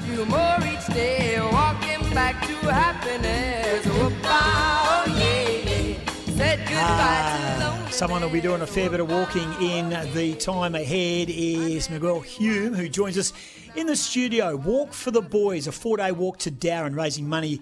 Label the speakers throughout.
Speaker 1: little more each day, walking back to happiness. Whoop-ah, oh yeah, yeah. Said goodbye to
Speaker 2: Ah,
Speaker 1: loneliness.
Speaker 2: someone will be doing a fair bit of walking in the time ahead is Miguel Hume, who joins us in the studio. Walk for the Boys, a four day walk to Darren, raising money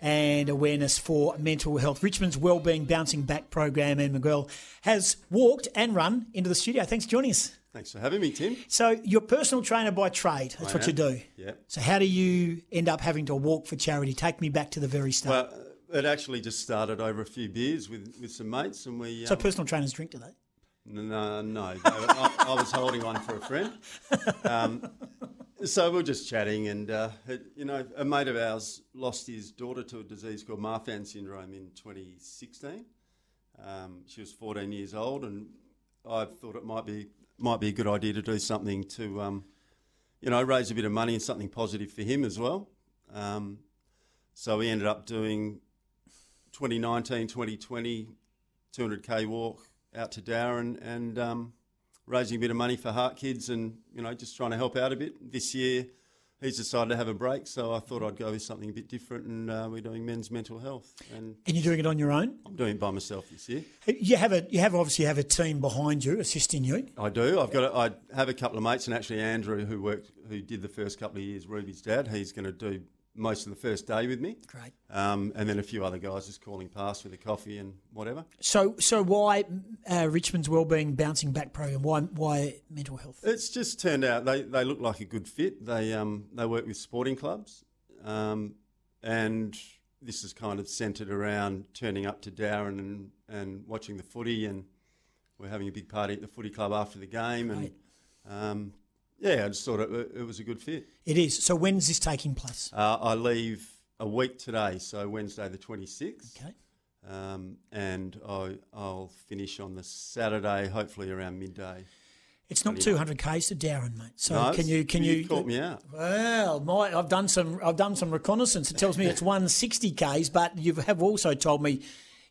Speaker 2: and awareness for mental health. Richmond's Wellbeing Bouncing Back program, and Miguel has walked and run into the studio. Thanks for joining us.
Speaker 3: Thanks for having me, Tim.
Speaker 2: So, you're a personal trainer by trade. That's
Speaker 3: I
Speaker 2: what
Speaker 3: am.
Speaker 2: you do.
Speaker 3: Yeah.
Speaker 2: So, how do you end up having to walk for charity? Take me back to the very start.
Speaker 3: Well, it actually just started over a few beers with, with some mates, and we.
Speaker 2: so,
Speaker 3: um,
Speaker 2: personal trainers drink, do they?
Speaker 3: N- No, no. I, I was holding one for a friend. Um, so we were just chatting, and uh, it- you know, a mate of ours lost his daughter to a disease called Marfan syndrome in 2016. Um, she was 14 years old, and I thought it might be might be a good idea to do something to, um, you know, raise a bit of money and something positive for him as well. Um, so we ended up doing 2019, 2020 200k walk out to Darren and um, raising a bit of money for Heart Kids and you know just trying to help out a bit. This year, he's decided to have a break, so I thought I'd go with something a bit different, and uh, we're doing men's mental health, and
Speaker 2: And you're doing it on your own?
Speaker 3: I'm doing it by myself this year.
Speaker 2: You have a you have obviously have a team behind you assisting you.
Speaker 3: I do. I've got. A, I have a couple of mates, and actually Andrew, who worked, who did the first couple of years, Ruby's dad, he's going to do most of the first day with me.
Speaker 2: Great.
Speaker 3: Um, and then a few other guys just calling past with a coffee and whatever.
Speaker 2: So so why uh, Richmond's wellbeing bouncing back program? Why why mental health?
Speaker 3: It's just turned out they, they look like a good fit. They um they work with sporting clubs, um, and this is kind of centred around turning up to Darren and and watching the footy, and we're having a big party at the footy club after the game, and
Speaker 2: Right.
Speaker 3: um, yeah, I just thought it, it was a good fit.
Speaker 2: It is. So when's this taking place?
Speaker 3: Uh, I leave a week today, so Wednesday the twenty sixth.
Speaker 2: Okay.
Speaker 3: Um, and I, I'll finish on the Saturday, hopefully around midday.
Speaker 2: It's not 200 k's to Darren, mate. So
Speaker 3: No,
Speaker 2: can you can you,
Speaker 3: caught me out?
Speaker 2: Well, my I've done some I've done some reconnaissance. It tells me it's 160 k's, but you have also told me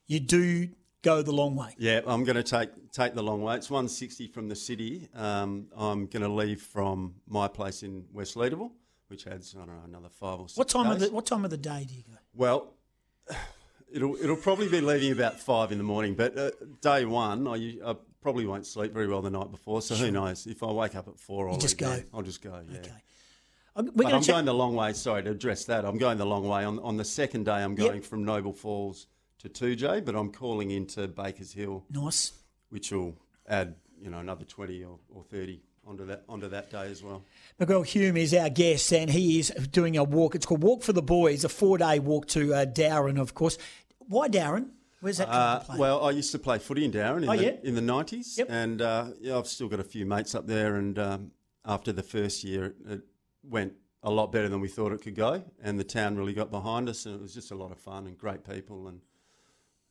Speaker 2: you do go the long way.
Speaker 3: Yeah, I'm going to take take the long way. It's 160 from the city. Um, I'm going to leave from my place in West Leadable, which adds I don't know another five or six.
Speaker 2: What time of
Speaker 3: days.
Speaker 2: the what time of the day do you go?
Speaker 3: Well, it'll it'll probably be leaving about five in the morning. But uh, day one, I, u- I probably won't sleep very well the night before. So who knows? If I wake up at four, I'll
Speaker 2: just
Speaker 3: leave
Speaker 2: go.
Speaker 3: then. I'll just go. Yeah.
Speaker 2: Okay. I'm- We're
Speaker 3: But
Speaker 2: gonna
Speaker 3: I'm
Speaker 2: check-
Speaker 3: going the long way. Sorry to address that. I'm going the long way. On on the second day, I'm
Speaker 2: Yep.
Speaker 3: going from Noble Falls to 2J, but I'm calling into Baker's Hill
Speaker 2: nice.
Speaker 3: which will add you know another 20 or, or 30 onto that onto that day as well.
Speaker 2: Miguel Hume is our guest, and he is doing a walk. It's called Walk for the Boys, a four-day walk to uh, Darwin, of course. Why Darwin? Where's that come
Speaker 3: Uh,
Speaker 2: into play?
Speaker 3: well, I used to play footy in Darren in,
Speaker 2: Oh,
Speaker 3: the,
Speaker 2: yeah?
Speaker 3: in the 90s,
Speaker 2: Yep.
Speaker 3: and uh, yeah, I've still got a few mates up there. And um, after the first year, it, it went a lot better than we thought it could go, and the town really got behind us, and it was just a lot of fun and great people. And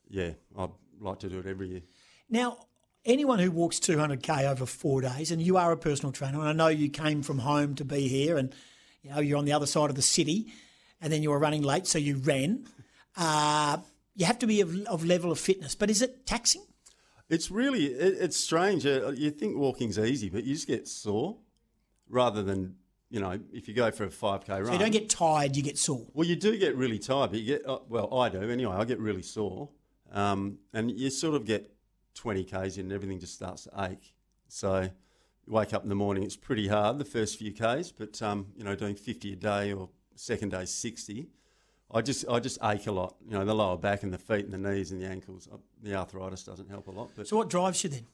Speaker 3: yeah, I'd like to do it every year.
Speaker 2: now, anyone who walks 200k over four days, and you are a personal trainer, and I know you came from home to be here, and you know you're on the other side of the city, and then you were running late, so you ran. Uh, you have to be of, of level of fitness, but is it taxing?
Speaker 3: It's really it, it's strange. Uh, You think walking's easy, but you just get sore rather than you know if you go for a five k run.
Speaker 2: You don't get tired, you get sore.
Speaker 3: Well, you do get really tired, but you get uh, well. I do anyway. I get really sore, um, and you sort of get twenty k's in, and everything just starts to ache. So you wake up in the morning. It's pretty hard the first few k's, but um, you know, doing fifty a day or second day sixty, I just I just ache a lot. You know, the lower back and the feet and the knees and the ankles. Uh, The arthritis doesn't help a lot, but
Speaker 2: So what drives you then?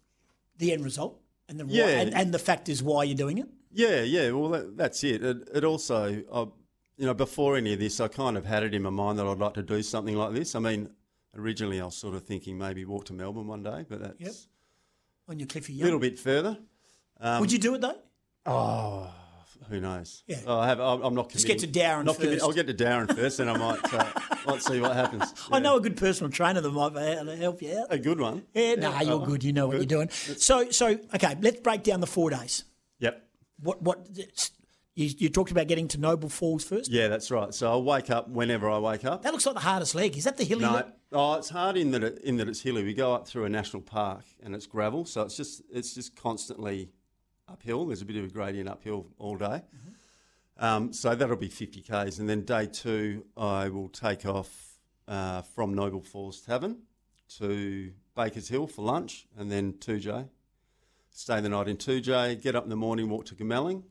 Speaker 2: The end result, and the why-
Speaker 3: Yeah.
Speaker 2: and, and the fact is why you're doing it.
Speaker 3: Yeah, yeah. Well, that, that's it. It, it also, I, you know, before any of this, I kind of had it in my mind that I'd like to do something like this. I mean, originally I was sort of thinking maybe walk to Melbourne one day, but that's
Speaker 2: Yep. On your Cliffy
Speaker 3: a
Speaker 2: Young.
Speaker 3: little bit further. Um,
Speaker 2: Would you do it though?
Speaker 3: Oh, who knows? Oh,
Speaker 2: Yeah.
Speaker 3: I have. I'm I'm not.
Speaker 2: Just get
Speaker 3: committing-
Speaker 2: to Darren
Speaker 3: not commi-
Speaker 2: first.
Speaker 3: I'll get to Darren first, and I might uh, might see what happens.
Speaker 2: I
Speaker 3: Yeah.
Speaker 2: know a good personal trainer that might be able eh, to help you out.
Speaker 3: a good one. Uh,
Speaker 2: Yeah, nah, you're
Speaker 3: uh-uh.
Speaker 2: good. You know what you're doing. So, so okay, let's break down the four days.
Speaker 3: Yep.
Speaker 2: What, what? You, you talked about getting to Noble Falls first.
Speaker 3: Yeah, that's right. So I'll wake up whenever I wake up.
Speaker 2: That looks like the hardest leg. Is that the hilly?
Speaker 3: No,
Speaker 2: leg?
Speaker 3: oh, it's hard in that it, in that it's hilly. We go up through a national park and it's gravel, so it's just it's just constantly uphill. There's a bit of a gradient uphill all day. Um, so that'll be 50Ks. And then day two, I will take off uh, from Noble Falls Tavern to Baker's Hill for lunch and then 2J. Stay the night in 2J, get up in the morning, walk to Gamelling.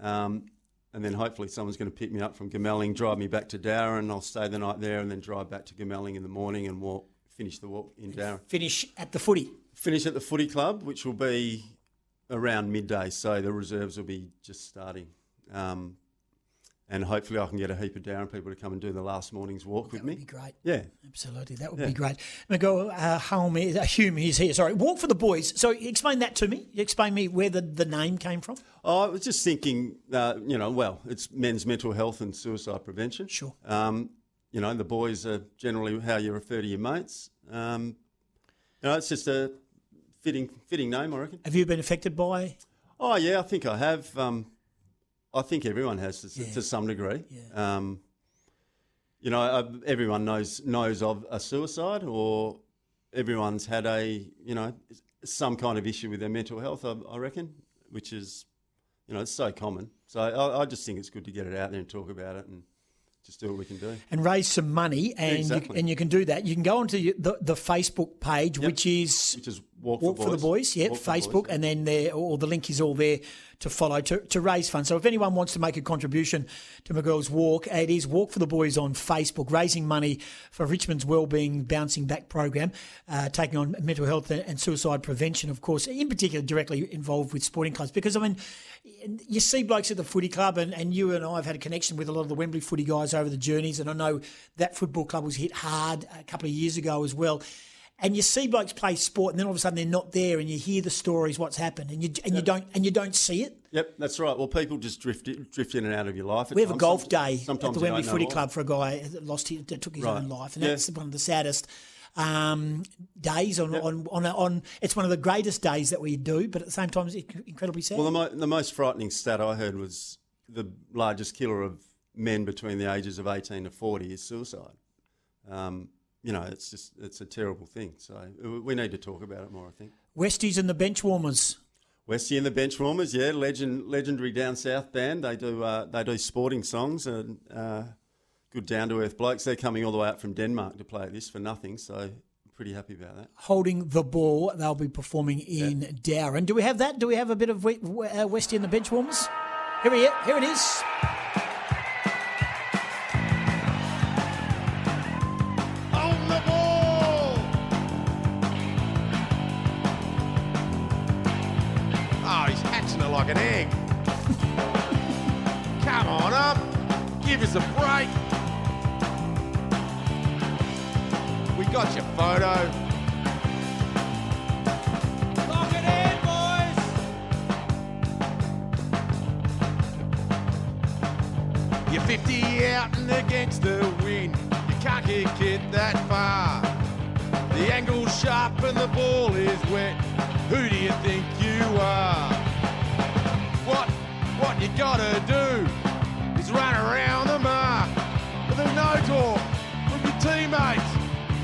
Speaker 3: Um, and then hopefully someone's going to pick me up from Gamelling, drive me back to Darwin. I'll stay the night there and then drive back to Gamelling in the morning and walk, finish the walk in Darwin.
Speaker 2: Finish at the footy.
Speaker 3: Finish at the footy club, which will be around midday. So the reserves will be just starting. Um, and hopefully I can get a heap of Darwin people to come and do the last morning's walk with
Speaker 2: Be
Speaker 3: me.
Speaker 2: great.
Speaker 3: Yeah.
Speaker 2: Absolutely, that would be great. Miguel uh, Hume, is, uh, Hume is here. Sorry, walk for the boys. So explain that to me. Explain me where the, the name came from.
Speaker 3: I was just thinking, uh, you know, well, it's men's mental health and suicide prevention.
Speaker 2: Sure.
Speaker 3: Um, you know, the boys are generally how you refer to your mates. Um, you know, it's just a fitting fitting name, I reckon.
Speaker 2: Have you been affected by?
Speaker 3: Oh yeah, I think I have. Um, I think everyone has to, to some degree. Yeah. Um, you know, I, everyone knows knows of a suicide, or everyone's had a you know some kind of issue with their mental health. I, I reckon, which is you know it's so common. So I, I just think it's good to get it out there and talk about it and just do what we can do.
Speaker 2: And raise some money, and you,
Speaker 3: exactly.
Speaker 2: and you can do that. You can go onto your- the, the Facebook page, which is
Speaker 3: Which is walk,
Speaker 2: Walk for the Boys, yeah,
Speaker 3: Walk for the Boys.
Speaker 2: Facebook, and then there, all the link is all there to follow to, to raise funds. So if anyone wants to make a contribution to McGirl's Walk, it is Walk for the Boys on Facebook, raising money for Richmond's Wellbeing Bouncing Back program, uh, taking on mental health and, and suicide prevention, of course, in particular directly involved with sporting clubs. Because I mean, you see blokes at the footy club, and, and you and I have had a connection with a lot of the Wembley footy guys over the journeys, and I know that football club was hit hard a couple of years ago as well and you see blokes play sport, and then all of a sudden they're not there, and you hear the stories what's happened, and you and you don't and you don't see it.
Speaker 3: Yep, that's right. Well, people just drift in- drift in and out of your life. at
Speaker 2: We have a
Speaker 3: times.
Speaker 2: golf
Speaker 3: Somet-
Speaker 2: day at
Speaker 3: sometimes
Speaker 2: the
Speaker 3: you
Speaker 2: Wembley
Speaker 3: don't know
Speaker 2: Footy
Speaker 3: why.
Speaker 2: Club for a guy that lost his, that took his
Speaker 3: Right.
Speaker 2: own life, and
Speaker 3: Yeah.
Speaker 2: that's one of the saddest um, days on, on on on. It's one of the greatest days that we do, but at the same time, it's incredibly sad.
Speaker 3: Well, the, mo- the most frightening stat I heard was the largest killer of men between the ages of 18 to 40 is suicide. Um, you know, it's just, it's a terrible thing. So uh, we need to talk about it more, I think.
Speaker 2: Westies and the bench warmers.
Speaker 3: Westie and the Benchwarmers, yeah, legend, legendary down south band. They do, uh, they do sporting songs and uh, good down to earth blokes. They're coming all the way up from Denmark to play at this for nothing. So pretty happy about that.
Speaker 2: Holding the ball, they'll be performing in Darren. Do we have that? Do we have a bit of we- we- uh, Westie and the bench warmers? Here, we, here it is.
Speaker 4: on the ball. Oh, he's hatching it like an egg. Come on up. Give us a break. We got your photo. Lock it in, boys. You're 50 out and against the wind. You can't kick it that far. The angle's sharp and the ball is wet. Who do you think you are? What what you gotta do is run around the mark. But there's no talk from your teammates.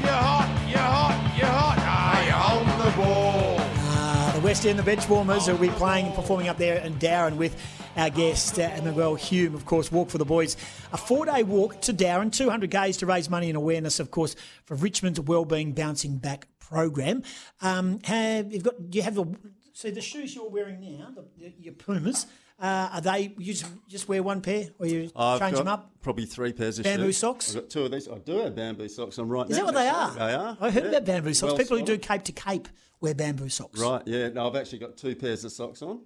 Speaker 4: You're hot, you're hot, you're hot. Ah, you're on the ball.
Speaker 2: Uh, the West End, the bench warmers, will be playing and performing up there in Darren with our guest, uh, Miguel Hume, of course, Walk for the Boys. A four day walk to Darren, 200 Ks to raise money and awareness, of course, for Richmond's Wellbeing Bouncing Back program. Um, have, you've got, do you have a, so the shoes you're wearing now, the, your Pumas, uh, are they, you just, just wear one pair or you
Speaker 3: I've
Speaker 2: change
Speaker 3: got
Speaker 2: them up?
Speaker 3: Probably three pairs of
Speaker 2: Bamboo
Speaker 3: shoes.
Speaker 2: socks?
Speaker 3: I've got two of these. I do have bamboo socks on right
Speaker 2: Is
Speaker 3: now.
Speaker 2: that what they are?
Speaker 3: actually. They are.
Speaker 2: I heard
Speaker 3: yeah.
Speaker 2: about bamboo socks.
Speaker 3: Well
Speaker 2: People who do
Speaker 3: spotted.
Speaker 2: cape to cape wear bamboo socks.
Speaker 3: Right. Yeah. No, I've actually got two pairs of socks on,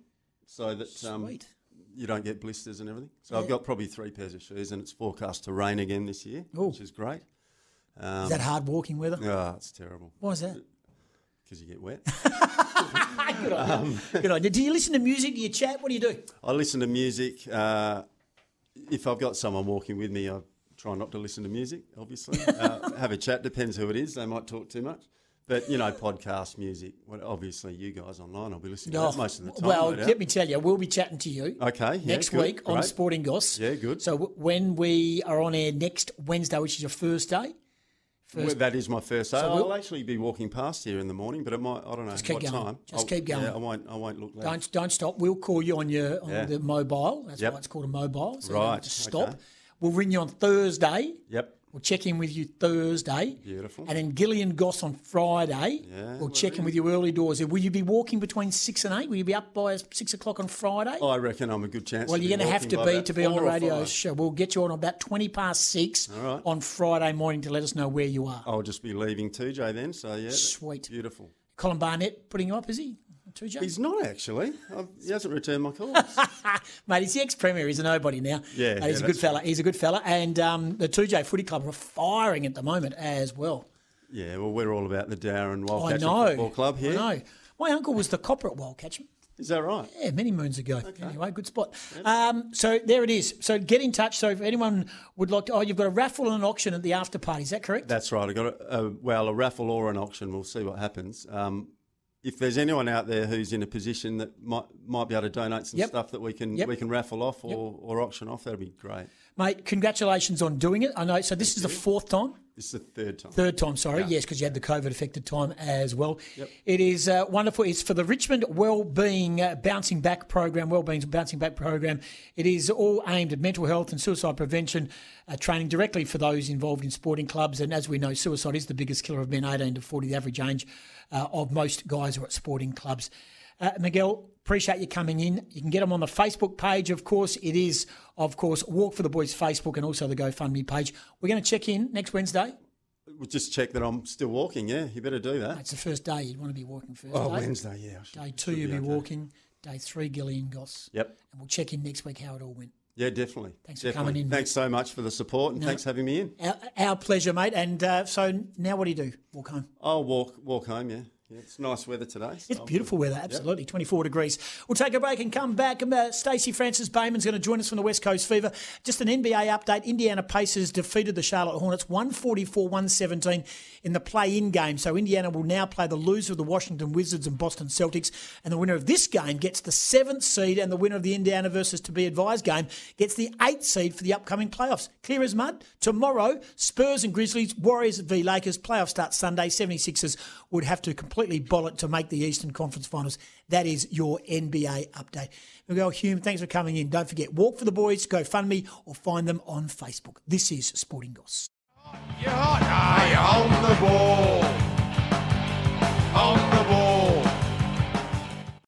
Speaker 3: so that um,
Speaker 2: Sweet.
Speaker 3: you don't get blisters and everything. So I've got probably three pairs of shoes, and it's forecast to rain again this year,
Speaker 2: Ooh.
Speaker 3: which is great. um,
Speaker 2: Is that hard walking weather?
Speaker 3: Ah, it's terrible
Speaker 2: Why is that?
Speaker 3: because you get wet.
Speaker 2: Good idea. Good idea. Do you listen to music? Do you chat? What do you do?
Speaker 3: I listen to music. Uh, if I've got someone walking with me, I try not to listen to music. Obviously, uh, have a chat. Depends who it is. They might talk too much. But you know, podcast music. Well, obviously, you guys online, I'll be listening to that most of the time.
Speaker 2: Oh, well,
Speaker 3: no doubt.
Speaker 2: let me tell you, we'll be chatting to you.
Speaker 3: Okay, yeah,
Speaker 2: next
Speaker 3: good,
Speaker 2: week on
Speaker 3: great.
Speaker 2: Sporting Goss.
Speaker 3: Yeah, good.
Speaker 2: So w- when we are on air next Wednesday, which is your first day, First-
Speaker 3: Well, that is my first. So,
Speaker 2: we'll-
Speaker 3: I'll actually be walking past here in the morning, but it might, I don't know
Speaker 2: Just keep
Speaker 3: what
Speaker 2: going.
Speaker 3: time.
Speaker 2: Just
Speaker 3: I'll-
Speaker 2: keep going.
Speaker 3: Yeah, I won't. I won't look. Left.
Speaker 2: Don't don't stop. We'll call you on your on
Speaker 3: Yeah.
Speaker 2: the mobile. That's why
Speaker 3: Yep.
Speaker 2: it's called a mobile. So you don't
Speaker 3: Right,
Speaker 2: just stop.
Speaker 3: okay.
Speaker 2: We'll ring you on Thursday.
Speaker 3: Yep.
Speaker 2: We'll check in with you Thursday.
Speaker 3: Beautiful.
Speaker 2: And then Gillian Goss on Friday.
Speaker 3: Yeah,
Speaker 2: we'll
Speaker 3: we're
Speaker 2: check in with you early doors. Will you be walking between six and eight? Will you be up by six o'clock on Friday?
Speaker 3: I reckon I'm a good chance.
Speaker 2: well,
Speaker 3: Oh, to
Speaker 2: you're
Speaker 3: going
Speaker 2: going to have to be to be on the radio show. We'll get you on about twenty past six
Speaker 3: right. Oh.
Speaker 2: on Friday morning to let us know where you are.
Speaker 3: I'll just be leaving TJ then. So yeah,
Speaker 2: Sweet.
Speaker 3: beautiful.
Speaker 2: Colin Barnett putting you up, is he? Two J.
Speaker 3: He's not actually. I've, he hasn't returned my calls.
Speaker 2: Mate, he's the ex-premier. He's a nobody now.
Speaker 3: Yeah,
Speaker 2: Mate, he's
Speaker 3: yeah,
Speaker 2: a good
Speaker 3: that's
Speaker 2: fella. He's a good fella. And um, the 2J Footy Club are firing at the moment as well.
Speaker 3: yeah, well, we're all about the Darren
Speaker 2: I
Speaker 3: Wildcat
Speaker 2: know.
Speaker 3: Football Club here. Is
Speaker 2: I know. My uncle was the copper at Wildcatcham.
Speaker 3: that right?
Speaker 2: Yeah, many moons ago. Anyway, good spot. Um, so there it is. So get in touch. So if anyone would like to, oh, you've got a raffle and an auction at the after party. Is that correct?
Speaker 3: That's right. I got a, a well, a raffle or an auction. We'll see what happens. Um, if there's anyone out there who's in a position that might might be able to donate some
Speaker 2: Yep.
Speaker 3: stuff that we can
Speaker 2: Yep.
Speaker 3: we can raffle off or, or auction off, that'd be great.
Speaker 2: Mate, congratulations on doing it. I know. So this is the fourth time.
Speaker 3: This is the third time.
Speaker 2: Third time, sorry. Yes, because you had the COVID affected time as well. It is uh, wonderful. It's for the Richmond Wellbeing uh, Bouncing Back Program, Wellbeing's Bouncing Back Program. It is all aimed at mental health and suicide prevention, uh, training directly for those involved in sporting clubs. And as we know, suicide is the biggest killer of men 18 to 40, the average age uh, of most guys who are at sporting clubs. Uh, Miguel, appreciate you coming in. You can get them on the Facebook page, of course. It is, of course, Walk for the Boys Facebook and also the GoFundMe page. We're going to check in next Wednesday.
Speaker 3: We'll just check that I'm still walking. Yeah, you better do that.
Speaker 2: It's the first day you'd want to be walking first.
Speaker 3: Oh,
Speaker 2: day.
Speaker 3: Wednesday. Yeah. I should-
Speaker 2: Day two,
Speaker 3: should
Speaker 2: you'll be
Speaker 3: okay.
Speaker 2: walking. Day three, Gillian Goss.
Speaker 3: Yep.
Speaker 2: And we'll check in next week how it all went.
Speaker 3: Yeah, definitely.
Speaker 2: Thanks for
Speaker 3: definitely.
Speaker 2: coming in, mate.
Speaker 3: Thanks so much for the support and thanks for having me in.
Speaker 2: Our, our pleasure, mate. And uh, so now what do you do? Walk home.
Speaker 3: I'll walk walk home. Yeah, yeah it's nice weather today. so
Speaker 2: It's
Speaker 3: I'll-
Speaker 2: beautiful weather, absolutely. 24 degrees. We'll take a break and come back. Um, Uh, Stacey Francis Bayman's going to join us from the West Coast Fever. Just an NBA update. Indiana Pacers defeated the Charlotte Hornets 144 117 in the play in game. So Indiana will now play the loser of the Washington Wizards and Boston Celtics. And the winner of this game gets the seventh seed, and the winner of the Indiana versus to be advised game gets the eighth seed for the upcoming playoffs. Clear as mud. Tomorrow, Spurs and Grizzlies, Warriors v Lakers. Playoff starts Sunday. 76ers would have to completely boll it to make the Eastern Conference Finals. That is your NBA update. Miguel Hume, thanks for coming in. Don't forget, walk for the boys, go fund me, or find them on Facebook. This is Sporting Goss.
Speaker 4: You're hot. Are you on the ball? On the ball.